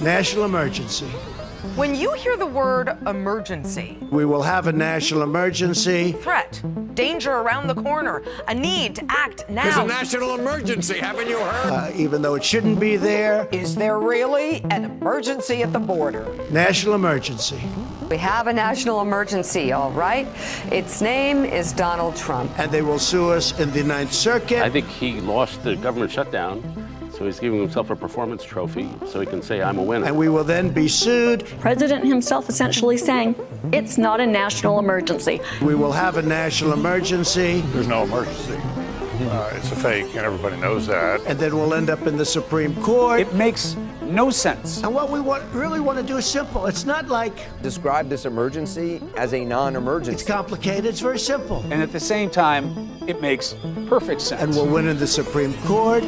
National emergency. When you hear the word emergency, We will have a national emergency. threat, danger around the corner, a need to act It's a now. national emergency. Haven't you heard? Uh, even though it shouldn't be there, Is there really an emergency at the border? national emergency. We have a national emergency, all right? Its name is Donald Trump. And they will sue us in the Ninth I Circuit. think he lost the government shutdown, so he's giving himself a performance trophy so he can say, I'm a winner. And we will then be sued. president himself essentially saying it's not a national emergency. We will have a national emergency. There's no emergency. Uh, it's a fake, and everybody knows that. And then we'll end up in the Supreme Court. It makes no sense. And what we want, really want to do is simple. It's not like Describe this emergency as a non it's emergency. complicated, it's very simple. And at the same time, it makes perfect sense. And we'll win in the Supreme Court.